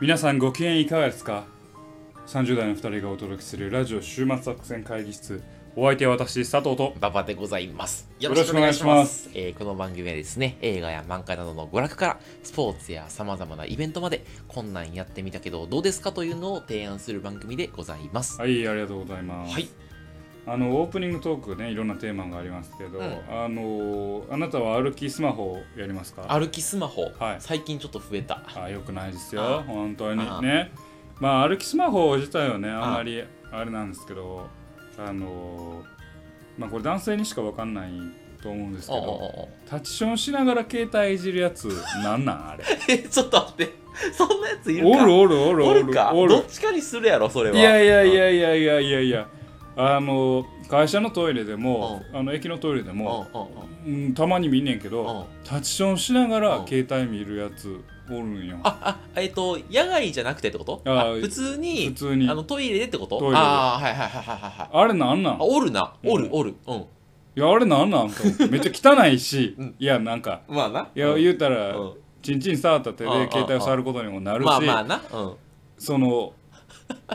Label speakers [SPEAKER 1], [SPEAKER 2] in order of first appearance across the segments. [SPEAKER 1] 皆さんご機嫌いかがですか ?30 代の2人がお届けするラジオ週末作戦会議室お相手は私佐藤と
[SPEAKER 2] 馬場でございます。。
[SPEAKER 1] よろしくお願いします
[SPEAKER 2] えーこの番組はですね、映画や漫画などの娯楽から、スポーツや様々なイベントまで、こんなんやってみたけど、どうですかというのを提案する番組でございます。
[SPEAKER 1] はいありがとうございます、
[SPEAKER 2] はい。
[SPEAKER 1] あのオープニングトークねいろんなテーマがありますけど、
[SPEAKER 2] うん
[SPEAKER 1] あのあなたは歩きスマホをやりますか
[SPEAKER 2] 歩きスマホ、
[SPEAKER 1] はい
[SPEAKER 2] 最近ちょっと増えた。
[SPEAKER 1] あよくないです
[SPEAKER 2] あ
[SPEAKER 1] よ本当に
[SPEAKER 2] あ
[SPEAKER 1] ねまあ歩きスマホ自体はねあんまりあれなんですけどあのまあこれ男性にしかわかんないと思うんですけ
[SPEAKER 2] おうおう
[SPEAKER 1] ど
[SPEAKER 2] おうおう
[SPEAKER 1] タッチションしながら携帯いじるやつなんなんあれ
[SPEAKER 2] え、 ちょっと待って、そんなやついるか
[SPEAKER 1] おるおるおる
[SPEAKER 2] お
[SPEAKER 1] お
[SPEAKER 2] る
[SPEAKER 1] る
[SPEAKER 2] か
[SPEAKER 1] お
[SPEAKER 2] ど
[SPEAKER 1] る
[SPEAKER 2] っちかにするやろ、それは。
[SPEAKER 1] いやいやいやいやいやいやいやあの会社のトイレでもあの駅のトイレで
[SPEAKER 2] うん。うん
[SPEAKER 1] も
[SPEAKER 2] うんうん
[SPEAKER 1] うんたまに見んねんけ
[SPEAKER 2] うん
[SPEAKER 1] どタッチションしながら
[SPEAKER 2] うん
[SPEAKER 1] 携帯見るやつおるんよ
[SPEAKER 2] あ、あ、えっ、と、野外じゃなくてってこと
[SPEAKER 1] あ
[SPEAKER 2] あ普通に
[SPEAKER 1] 普通に
[SPEAKER 2] あのトイレでってこと
[SPEAKER 1] トイレで
[SPEAKER 2] ああ、はいはいはいはいはいはい。
[SPEAKER 1] あれなんなん
[SPEAKER 2] あ、おるな。お
[SPEAKER 1] う
[SPEAKER 2] る
[SPEAKER 1] ん
[SPEAKER 2] おる。うん。
[SPEAKER 1] いやあれなんなんと思 ってめっちゃ汚いし、
[SPEAKER 2] うん
[SPEAKER 1] いやなんか
[SPEAKER 2] まあな。
[SPEAKER 1] いや
[SPEAKER 2] うん
[SPEAKER 1] 言うたら、
[SPEAKER 2] うん
[SPEAKER 1] チンチン触った手で
[SPEAKER 2] うんうんうん
[SPEAKER 1] 携帯を触ることにもなるし、
[SPEAKER 2] まあまあな。うん。
[SPEAKER 1] その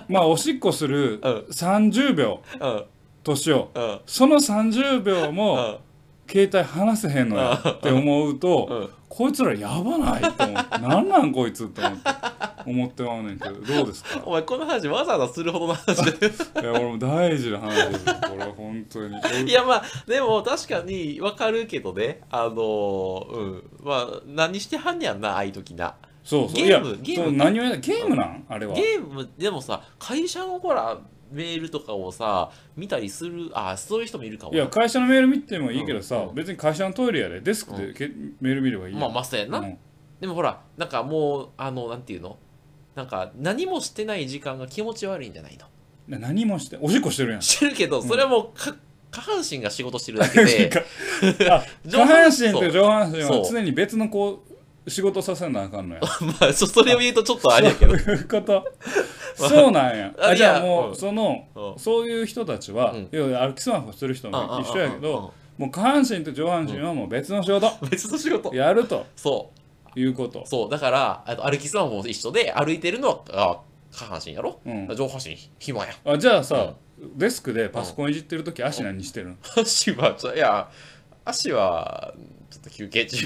[SPEAKER 1] まあおしっこする
[SPEAKER 2] うん
[SPEAKER 1] 30秒
[SPEAKER 2] うん。
[SPEAKER 1] としよう
[SPEAKER 2] うん。
[SPEAKER 1] その30秒
[SPEAKER 2] う
[SPEAKER 1] も
[SPEAKER 2] ん
[SPEAKER 1] 携帯離せへんのやって思うと、
[SPEAKER 2] うん。
[SPEAKER 1] こいつらやばないと思 ってなんなんこいつって思って思ってまうねんけどどうですか
[SPEAKER 2] お前この話わざわざするほどの話 で
[SPEAKER 1] いや俺も大事な話ですよこれは本当に
[SPEAKER 2] いやまあでも確かにわかるけどねあのーうんまあ何してはんねやんなああいう時な
[SPEAKER 1] そうそう
[SPEAKER 2] ゲー
[SPEAKER 1] いや
[SPEAKER 2] ムゲーム
[SPEAKER 1] そう何をやゲームなんあれは
[SPEAKER 2] ゲームでもさ会社のほらメールとかをさ見たりするあそういう人もいるかも
[SPEAKER 1] いや会社のメール見てもいいけどさ、
[SPEAKER 2] うんうん
[SPEAKER 1] 別に会社のトイレやでデスクで、けメール見ればいいやん
[SPEAKER 2] まあまあそうやな、
[SPEAKER 1] うん
[SPEAKER 2] でもほらなんかもうあのなんていうのなんか何もしてない時間が気持ち悪いんじゃないの
[SPEAKER 1] な何もしておしっこして るやん
[SPEAKER 2] してるけどそれはもうか、下半身が仕事してるだ けで
[SPEAKER 1] か あ下
[SPEAKER 2] 上
[SPEAKER 1] 半身と
[SPEAKER 2] そう
[SPEAKER 1] 上半身
[SPEAKER 2] そ
[SPEAKER 1] は
[SPEAKER 2] う
[SPEAKER 1] 常に別のこう仕事させなあかんのや
[SPEAKER 2] まあそそれを言うとちょっとあれやけど
[SPEAKER 1] そういうことそうなんや
[SPEAKER 2] あ
[SPEAKER 1] あじゃあ
[SPEAKER 2] いや
[SPEAKER 1] も
[SPEAKER 2] う
[SPEAKER 1] う、
[SPEAKER 2] ん
[SPEAKER 1] その
[SPEAKER 2] うん
[SPEAKER 1] そういう人たちは、
[SPEAKER 2] うん
[SPEAKER 1] 要は歩きスマホしてる人も一緒やけ
[SPEAKER 2] うんうんうん
[SPEAKER 1] どもう下半身と上半身はもう別の仕事
[SPEAKER 2] うん 別の仕事
[SPEAKER 1] やると
[SPEAKER 2] そ
[SPEAKER 1] いうこと
[SPEAKER 2] うそうだからあと歩きスマホも一緒で歩いてるのはあ下半身やろ、
[SPEAKER 1] うん
[SPEAKER 2] 上半身暇や
[SPEAKER 1] あじゃあさ、デスクでパソコンいじってる時足何してるの
[SPEAKER 2] 足はちょいや足はちょっと休憩中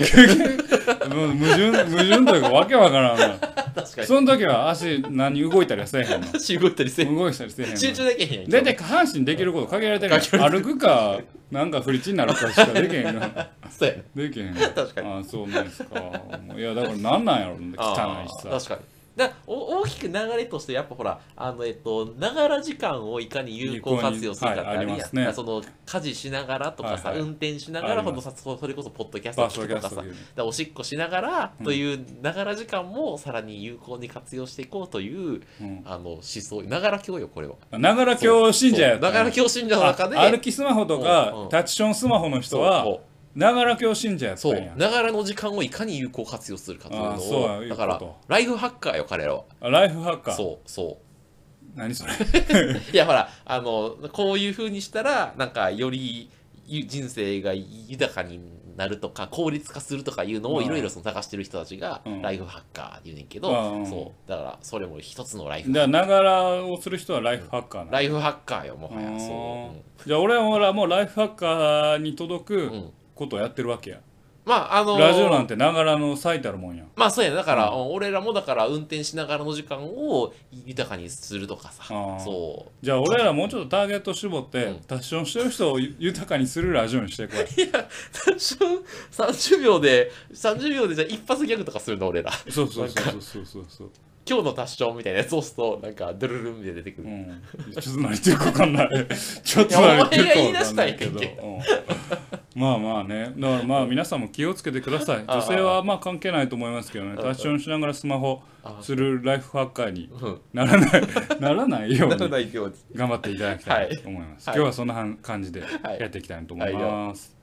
[SPEAKER 1] もう矛盾矛盾というかわけわからんな
[SPEAKER 2] 確かに
[SPEAKER 1] その時は足何動いたりはせえへんの
[SPEAKER 2] 足動いたりせん
[SPEAKER 1] 動いたりせえへん
[SPEAKER 2] 集中
[SPEAKER 1] の
[SPEAKER 2] できへんやん
[SPEAKER 1] 大体下半身できること限られてるやん歩くかなんか不利地になるかしかできへんが
[SPEAKER 2] そうや
[SPEAKER 1] できへん
[SPEAKER 2] 確かに
[SPEAKER 1] ああそうなんですかいやだからなんなんやろね汚
[SPEAKER 2] あ
[SPEAKER 1] いし
[SPEAKER 2] ー
[SPEAKER 1] さ
[SPEAKER 2] 確かにだお大きく流れとしてやっぱほらあのえっとながら時間をいかに有効活用するかって
[SPEAKER 1] はい
[SPEAKER 2] ある
[SPEAKER 1] あ
[SPEAKER 2] や
[SPEAKER 1] り
[SPEAKER 2] ん、
[SPEAKER 1] ますね
[SPEAKER 2] だからその家事しながらとかさ、
[SPEAKER 1] はいはい
[SPEAKER 2] 運転しな
[SPEAKER 1] あ
[SPEAKER 2] がら
[SPEAKER 1] りま
[SPEAKER 2] ほ
[SPEAKER 1] す
[SPEAKER 2] んとさそそれこそポッドキャスト
[SPEAKER 1] バスト
[SPEAKER 2] 聞く
[SPEAKER 1] キャ
[SPEAKER 2] とか
[SPEAKER 1] ス
[SPEAKER 2] さ
[SPEAKER 1] トで
[SPEAKER 2] だからおしっこしながら
[SPEAKER 1] うん
[SPEAKER 2] というながら時間もさらに有効に活用していこうという
[SPEAKER 1] うん
[SPEAKER 2] あの思想ながら教よこれは
[SPEAKER 1] ながら教信者やった
[SPEAKER 2] ながら教信者の中で
[SPEAKER 1] あ歩きスマホと
[SPEAKER 2] うん
[SPEAKER 1] か
[SPEAKER 2] うん
[SPEAKER 1] タッチションスマホの人はながら教信者やった
[SPEAKER 2] そ
[SPEAKER 1] ん
[SPEAKER 2] う
[SPEAKER 1] や
[SPEAKER 2] ながらの時間をいかに有効活用するかという
[SPEAKER 1] あー
[SPEAKER 2] の
[SPEAKER 1] そう
[SPEAKER 2] を
[SPEAKER 1] いう
[SPEAKER 2] だ
[SPEAKER 1] こと
[SPEAKER 2] からライフハッカーよ彼らは
[SPEAKER 1] あライフハッカー
[SPEAKER 2] そうそう
[SPEAKER 1] 何それ
[SPEAKER 2] いやほらあのこういう風にしたらなんかよりゆ人生が豊かになるとか効率化するとかいうのを
[SPEAKER 1] まあ
[SPEAKER 2] いろいろその探してる人たちが
[SPEAKER 1] うん
[SPEAKER 2] ライフハッカーって言うねんけど、
[SPEAKER 1] うん
[SPEAKER 2] そうだからそれも一つのライフ
[SPEAKER 1] だからながらをする人はライフハッカーな の
[SPEAKER 2] ライフハッカーよもは
[SPEAKER 1] うー
[SPEAKER 2] や
[SPEAKER 1] ん
[SPEAKER 2] そう、
[SPEAKER 1] じゃあ俺は俺はもうライフハッカーに届く
[SPEAKER 2] うん
[SPEAKER 1] ことをやってるわけや、
[SPEAKER 2] まああの
[SPEAKER 1] ラジオなんてながらの最たるもんや
[SPEAKER 2] まあそうやねだから、うん俺らもだから運転しながらの時間を豊かにするとかさ
[SPEAKER 1] あー
[SPEAKER 2] そう
[SPEAKER 1] じゃあ俺らもうちょっとターゲット絞って、
[SPEAKER 2] うん
[SPEAKER 1] タッションしてる人を 豊かにするラジオにしてこい
[SPEAKER 2] 30秒で30秒でじゃあ一発ギャグとかするの俺ら
[SPEAKER 1] そうそうそうそうそうそう
[SPEAKER 2] 今日の達成みたいなやつ押すとなんかドゥルルンみたいな出てく
[SPEAKER 1] う
[SPEAKER 2] る、
[SPEAKER 1] んちょっと何言ってるか分かんないちょっと何言ってるか分かんないけど
[SPEAKER 2] いや
[SPEAKER 1] うんまあまあねだからまあ皆さんも気をつけてください
[SPEAKER 2] ああ
[SPEAKER 1] 女性はまあ関係ないと思いますけどねタッションしながらスマホするライフハッカーに
[SPEAKER 2] うん
[SPEAKER 1] ならないならないよう
[SPEAKER 2] な
[SPEAKER 1] に
[SPEAKER 2] らないように
[SPEAKER 1] 頑張っていただきたいと思います。
[SPEAKER 2] はい
[SPEAKER 1] 今日はそんなはん感じで
[SPEAKER 2] い
[SPEAKER 1] やっていきたいと思います。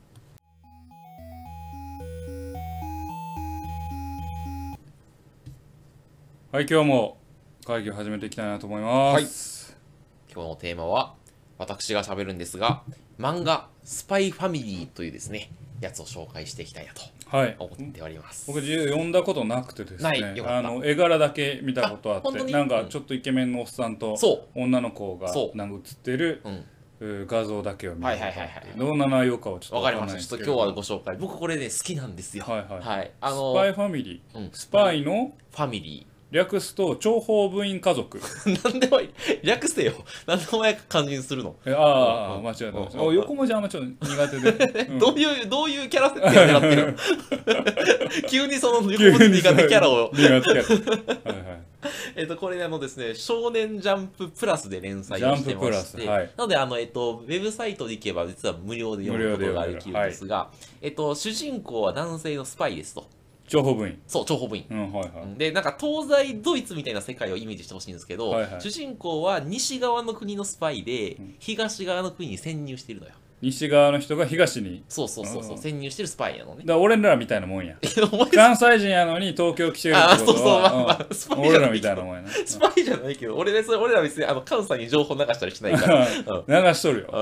[SPEAKER 1] はい、今日も会議を始めていきたいなと思います。
[SPEAKER 2] 今日のテーマは私が喋るんですが漫画「スパイファミリー」というですねやつを紹介していきたいなと
[SPEAKER 1] はい
[SPEAKER 2] 思っております。
[SPEAKER 1] 僕自由読んだことなくてです
[SPEAKER 2] ない
[SPEAKER 1] ね
[SPEAKER 2] よか
[SPEAKER 1] あ
[SPEAKER 2] った
[SPEAKER 1] の絵柄だけ見たことあ
[SPEAKER 2] あ本
[SPEAKER 1] っ
[SPEAKER 2] 当
[SPEAKER 1] て
[SPEAKER 2] に
[SPEAKER 1] なんかちょっとイケメンのおっさんと
[SPEAKER 2] そ
[SPEAKER 1] 女の子が
[SPEAKER 2] そう
[SPEAKER 1] なんか写ってる
[SPEAKER 2] うん。
[SPEAKER 1] うー画像だけを見たことあって
[SPEAKER 2] はいはいはいはい
[SPEAKER 1] どんな内容かはちょっと
[SPEAKER 2] わかりま
[SPEAKER 1] ん
[SPEAKER 2] した。
[SPEAKER 1] ない
[SPEAKER 2] ち
[SPEAKER 1] で
[SPEAKER 2] ょ
[SPEAKER 1] すけ
[SPEAKER 2] っと
[SPEAKER 1] ど
[SPEAKER 2] 今日はご紹介。僕これね、好きなんですよ。
[SPEAKER 1] はいはい
[SPEAKER 2] あの
[SPEAKER 1] スパイファミリー、
[SPEAKER 2] うん
[SPEAKER 1] スパイの
[SPEAKER 2] ファミリ
[SPEAKER 1] 略すと諜報部員家族
[SPEAKER 2] ー。 なんでもいい。略してよ。なんでお前が肝心するの、
[SPEAKER 1] えああ
[SPEAKER 2] うん
[SPEAKER 1] 間違えた間違えた
[SPEAKER 2] うん
[SPEAKER 1] お横文字あんまちょっと苦手 で、うん
[SPEAKER 2] どういう、どういうキャラ設定を狙ってる の急にその横文字苦手キャラを。
[SPEAKER 1] 苦手キャラはいはい
[SPEAKER 2] えっと、これねあのですね、少年ジャンププラスで連載をしてま
[SPEAKER 1] ジャンプ
[SPEAKER 2] し
[SPEAKER 1] プラ
[SPEAKER 2] て、
[SPEAKER 1] スはい
[SPEAKER 2] なので、あの、えっと、ウェブサイトで行けば実は無料で読むことができるんですが、えっと、主人公は男性のスパイですと。
[SPEAKER 1] 諜報部員
[SPEAKER 2] そう、諜報部員。
[SPEAKER 1] うんはいはい、
[SPEAKER 2] でなんか東西ドイツみたいな世界をイメージしてほしいんですけど、
[SPEAKER 1] はいはい
[SPEAKER 2] 主人公は西側の国のスパイで、東側の国に潜入してるのよ
[SPEAKER 1] 西側の人が東に
[SPEAKER 2] そうそうそうそ
[SPEAKER 1] あ
[SPEAKER 2] う
[SPEAKER 1] ー
[SPEAKER 2] 潜入してるスパイなのね
[SPEAKER 1] だから俺らみたいなもんや
[SPEAKER 2] お前
[SPEAKER 1] 関西人やのに東京来てるってことは
[SPEAKER 2] あそうそうまあまあスパ
[SPEAKER 1] うん
[SPEAKER 2] イじ
[SPEAKER 1] 俺
[SPEAKER 2] ゃない
[SPEAKER 1] らみたいなもんやな
[SPEAKER 2] スパイじゃないけど俺,、ね、それ俺ら別にあの関西に情報流したりしないからうん
[SPEAKER 1] 流しとるよ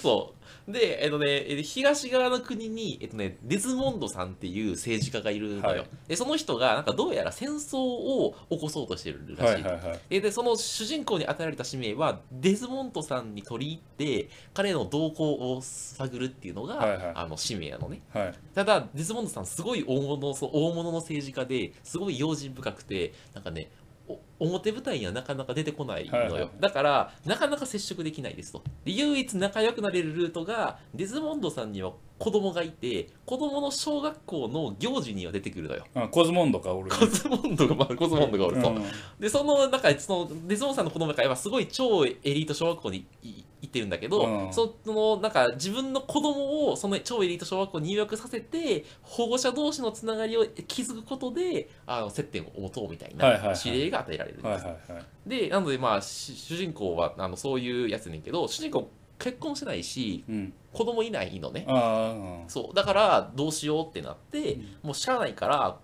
[SPEAKER 2] そうでえっとねえ東側の国に、えっとね、デズモンドさんっていう政治家がいるのよ、
[SPEAKER 1] はい
[SPEAKER 2] でその人がなんかどうやら戦争を起こそうとしてるらしい
[SPEAKER 1] はいはいはい
[SPEAKER 2] えーでその主人公に与えられた使命はデズモントさんに取り入って彼の動向を探るっていうのが、
[SPEAKER 1] はいはい
[SPEAKER 2] あの使命なのね
[SPEAKER 1] はい
[SPEAKER 2] ただデズモントさんすごい大物そう大物の政治家ですごい用心深くてなんかねお表舞台にはなかなか出てこないのよ、
[SPEAKER 1] はいはい
[SPEAKER 2] だからなかなか接触できないですとで唯一仲良くなれるルートがデズモンドさんには子供がいて子供の小学校の行事には出てくるのよ
[SPEAKER 1] あコズモンドか俺
[SPEAKER 2] コズモンドが、まあ、コズモンドがおると、
[SPEAKER 1] うん
[SPEAKER 2] でその中でそのデズモンさんの子供が今すごい超エリート小学校にいい行ってるんだけど、
[SPEAKER 1] うん
[SPEAKER 2] そのなんか自分の子供をその超エリート小学校に入学させて保護者同士のつながりを築くことであの接点を持とうみたい
[SPEAKER 1] はいはいは
[SPEAKER 2] ない指令が与えられるんです、
[SPEAKER 1] はいはいはい
[SPEAKER 2] でなのでまあし主人公はあのそういうやつねんけど主人公結婚してないし
[SPEAKER 1] うん
[SPEAKER 2] 子供いないのね
[SPEAKER 1] ああうん
[SPEAKER 2] そうだからどうしようってなって、
[SPEAKER 1] うん
[SPEAKER 2] もうしゃあないから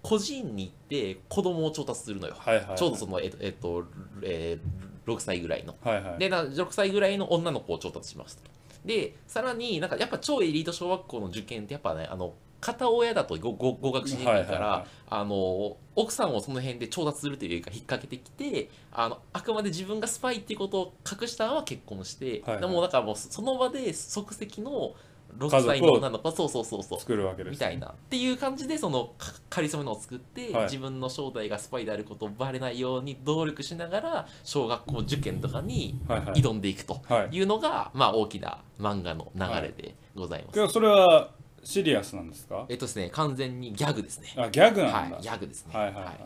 [SPEAKER 2] 個人に行って子供を調達するのよ
[SPEAKER 1] はいはいはい
[SPEAKER 2] ちょうどその、えっと、えっと、えー6歳ぐらいの。
[SPEAKER 1] はいはい
[SPEAKER 2] で、な6歳ぐらいの女の子を調達しますと。で、さらになんかやっぱ超エリート小学校の受験ってやっぱね、あの、片親だとごご合格しにくいから、
[SPEAKER 1] はいはいはい
[SPEAKER 2] あの、奥さんをその辺で調達するというか引っ掛けてきて、あの、あくまで自分がスパイっていうことを隠したまま結婚して、
[SPEAKER 1] はいはい
[SPEAKER 2] でもだからもうその場で即席の
[SPEAKER 1] 家
[SPEAKER 2] 6
[SPEAKER 1] 族を
[SPEAKER 2] 歳の女の子、そうそうそうそう。
[SPEAKER 1] 作るわけです
[SPEAKER 2] みたいなっていう感じでそのかかりそめのを作って、
[SPEAKER 1] はい
[SPEAKER 2] 自分の正体がスパイであることをバレないように努力しながら小学校受験とかに
[SPEAKER 1] はいはい
[SPEAKER 2] 挑んでいくと
[SPEAKER 1] はい
[SPEAKER 2] いうのが、まあ、大きな漫画の流れでございます、
[SPEAKER 1] けどそれはシリアスなんですか
[SPEAKER 2] えっとですね完全にギャグですね
[SPEAKER 1] あギャグ
[SPEAKER 2] は
[SPEAKER 1] なん
[SPEAKER 2] い
[SPEAKER 1] だ
[SPEAKER 2] ギャグですね、
[SPEAKER 1] はいはいはい
[SPEAKER 2] は
[SPEAKER 1] はい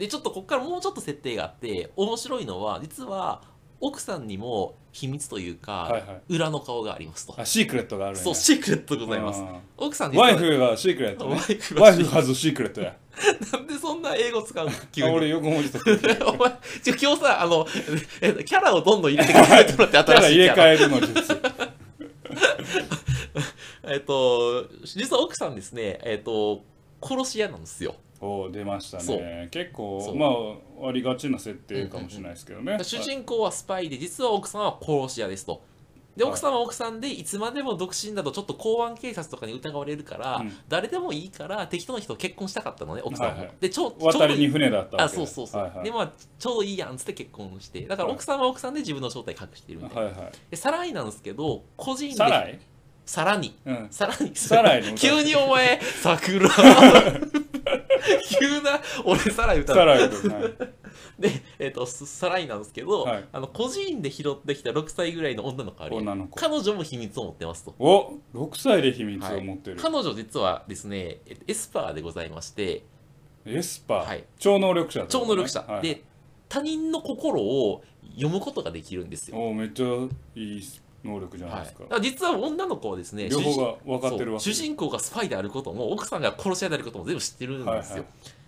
[SPEAKER 2] でちょっとここからもうちょっと設定があって面白いのは実は奥さんにも秘密というか、
[SPEAKER 1] はいはい
[SPEAKER 2] 裏の顔がありますと
[SPEAKER 1] いあシークレットがあるんや
[SPEAKER 2] そうシークレットでございます
[SPEAKER 1] あ
[SPEAKER 2] 奥さ
[SPEAKER 1] ー
[SPEAKER 2] ん実は
[SPEAKER 1] ワイフがシークレット
[SPEAKER 2] ワイ
[SPEAKER 1] ね
[SPEAKER 2] フ
[SPEAKER 1] ワイフはずシークレットや
[SPEAKER 2] なんでそんな英語使 うの急
[SPEAKER 1] あ
[SPEAKER 2] に
[SPEAKER 1] 俺横文字とってる
[SPEAKER 2] お前、ちょ今日さ、あの、えキャラをどんどん入れてくれてもらっ
[SPEAKER 1] た
[SPEAKER 2] て、新
[SPEAKER 1] だ
[SPEAKER 2] しい
[SPEAKER 1] 入
[SPEAKER 2] キ
[SPEAKER 1] れ
[SPEAKER 2] ャラ。
[SPEAKER 1] 替えるの術
[SPEAKER 2] えっと、実は奥さんですね、えっと、殺し屋なんですよ。
[SPEAKER 1] おー出ました
[SPEAKER 2] そう
[SPEAKER 1] ね結
[SPEAKER 2] そ
[SPEAKER 1] 構
[SPEAKER 2] う
[SPEAKER 1] まあありがちな設定かもしれないですけどね
[SPEAKER 2] 主人公はスパイで、実は奥さんは殺し屋ですと。で、
[SPEAKER 1] はい
[SPEAKER 2] 奥さんは奥さんで、いつまでも独身だと、ちょっと公安警察とかに疑われるから、
[SPEAKER 1] うん
[SPEAKER 2] 誰でもいいから、適当な人と結婚したかったのね、奥さんも。
[SPEAKER 1] はいはい
[SPEAKER 2] で、ちょちょうど
[SPEAKER 1] 渡
[SPEAKER 2] い
[SPEAKER 1] り
[SPEAKER 2] い
[SPEAKER 1] に船だったわ
[SPEAKER 2] あ
[SPEAKER 1] け
[SPEAKER 2] そうそうそう、
[SPEAKER 1] はいはい
[SPEAKER 2] でまあちょうどいいやんっつって結婚してだから奥さんは奥さんで自分の正体隠してるみたいな、
[SPEAKER 1] はいは
[SPEAKER 2] でサライなんですけど個人
[SPEAKER 1] い
[SPEAKER 2] で
[SPEAKER 1] サライ
[SPEAKER 2] さらに
[SPEAKER 1] うん
[SPEAKER 2] さらに、
[SPEAKER 1] サライの歌
[SPEAKER 2] 急にお前、桜。 急な、俺、サライ歌
[SPEAKER 1] サ
[SPEAKER 2] う。
[SPEAKER 1] ライと はい
[SPEAKER 2] で、えっ、と、すサライなんですけど、
[SPEAKER 1] はい
[SPEAKER 2] あの、個人で拾ってきた6歳ぐらいの女の子あるやん
[SPEAKER 1] 女の子
[SPEAKER 2] 彼女も秘密を持ってますと。
[SPEAKER 1] お6歳で秘密を持ってる
[SPEAKER 2] 彼女実はですね、えっとエスパーでございまして、
[SPEAKER 1] エスパ
[SPEAKER 2] は
[SPEAKER 1] ー
[SPEAKER 2] い
[SPEAKER 1] 超能力者ってこ
[SPEAKER 2] 超
[SPEAKER 1] とね
[SPEAKER 2] 能力者、
[SPEAKER 1] はい
[SPEAKER 2] で、他人の心を読むことができるんですよ。
[SPEAKER 1] おーめっちゃいい能力じゃない
[SPEAKER 2] はい、
[SPEAKER 1] で
[SPEAKER 2] だ
[SPEAKER 1] すか
[SPEAKER 2] から実は女の子はですね
[SPEAKER 1] 両方が分かってるわけ
[SPEAKER 2] そう主人公がスパイであることも奥さんが殺し屋であることも全部知ってるんですよ、
[SPEAKER 1] はいはい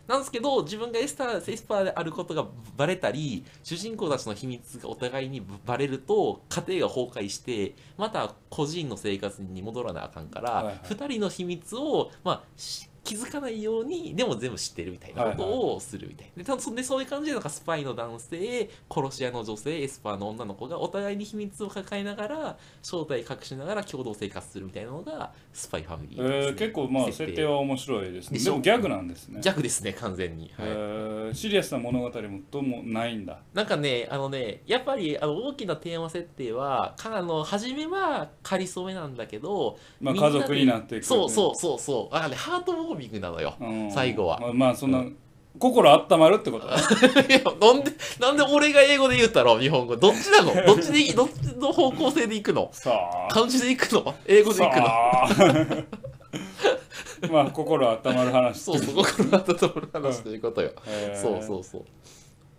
[SPEAKER 2] なんですけど自分がエスターエスパーであることがバレたり主人公たちの秘密がお互いにバレると家庭が崩壊してまた個人の生活に戻らなあかんから、
[SPEAKER 1] はいはい
[SPEAKER 2] 2人の秘密を、まあ、し気づかないようにでも全部知ってるみたいなことをするみたいな、でたそんでそういう感じでなんかスパイの男性殺し屋の女性エスパーの女の子がお互いに秘密を抱えながら正体隠しながら共同生活するみたいなのがスパイファミリ
[SPEAKER 1] え
[SPEAKER 2] ーですね、
[SPEAKER 1] ー結構まあ設定は面白いですね
[SPEAKER 2] でし
[SPEAKER 1] で
[SPEAKER 2] ょ
[SPEAKER 1] もギャグなんですね
[SPEAKER 2] 逆ですね完全に、はい
[SPEAKER 1] えーシリアスな物語もどうもないんだ
[SPEAKER 2] なんかね、あのね、やっぱりあの大きなテーマ設定は、かあの初めは仮初めなんだけど、
[SPEAKER 1] まあ
[SPEAKER 2] みんな
[SPEAKER 1] 家
[SPEAKER 2] で
[SPEAKER 1] 族になっていく
[SPEAKER 2] そうそうそうそう、あね、ハートウォーミングなのよ。
[SPEAKER 1] うん
[SPEAKER 2] 最後は
[SPEAKER 1] まあ、まあそんな、
[SPEAKER 2] う
[SPEAKER 1] 心温まるってこと
[SPEAKER 2] いやなんで、なんで俺が英語で言ったろ、日本語。どっち なのどっちでい、どっちの方向性で行くの
[SPEAKER 1] さあ
[SPEAKER 2] 漢字で行くの英語で行くの
[SPEAKER 1] さあ まあ心温まる話
[SPEAKER 2] そうそう、心温まる話ということよ。
[SPEAKER 1] えー
[SPEAKER 2] そうそうそう。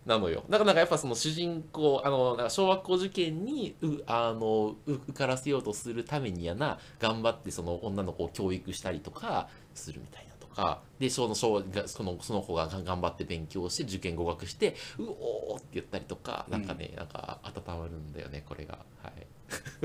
[SPEAKER 2] なのよ。だからなんかやっぱその主人公、あの、なんか小学校受験にう、あの、う受からせようとするためにやな、頑張ってその女の子を教育したりとかするみたいなとか、で、その小がそのその子がが頑張って勉強して受験合格して、うおーって言ったりとか、なんかね、なんか温まるんだよね、これが。はい。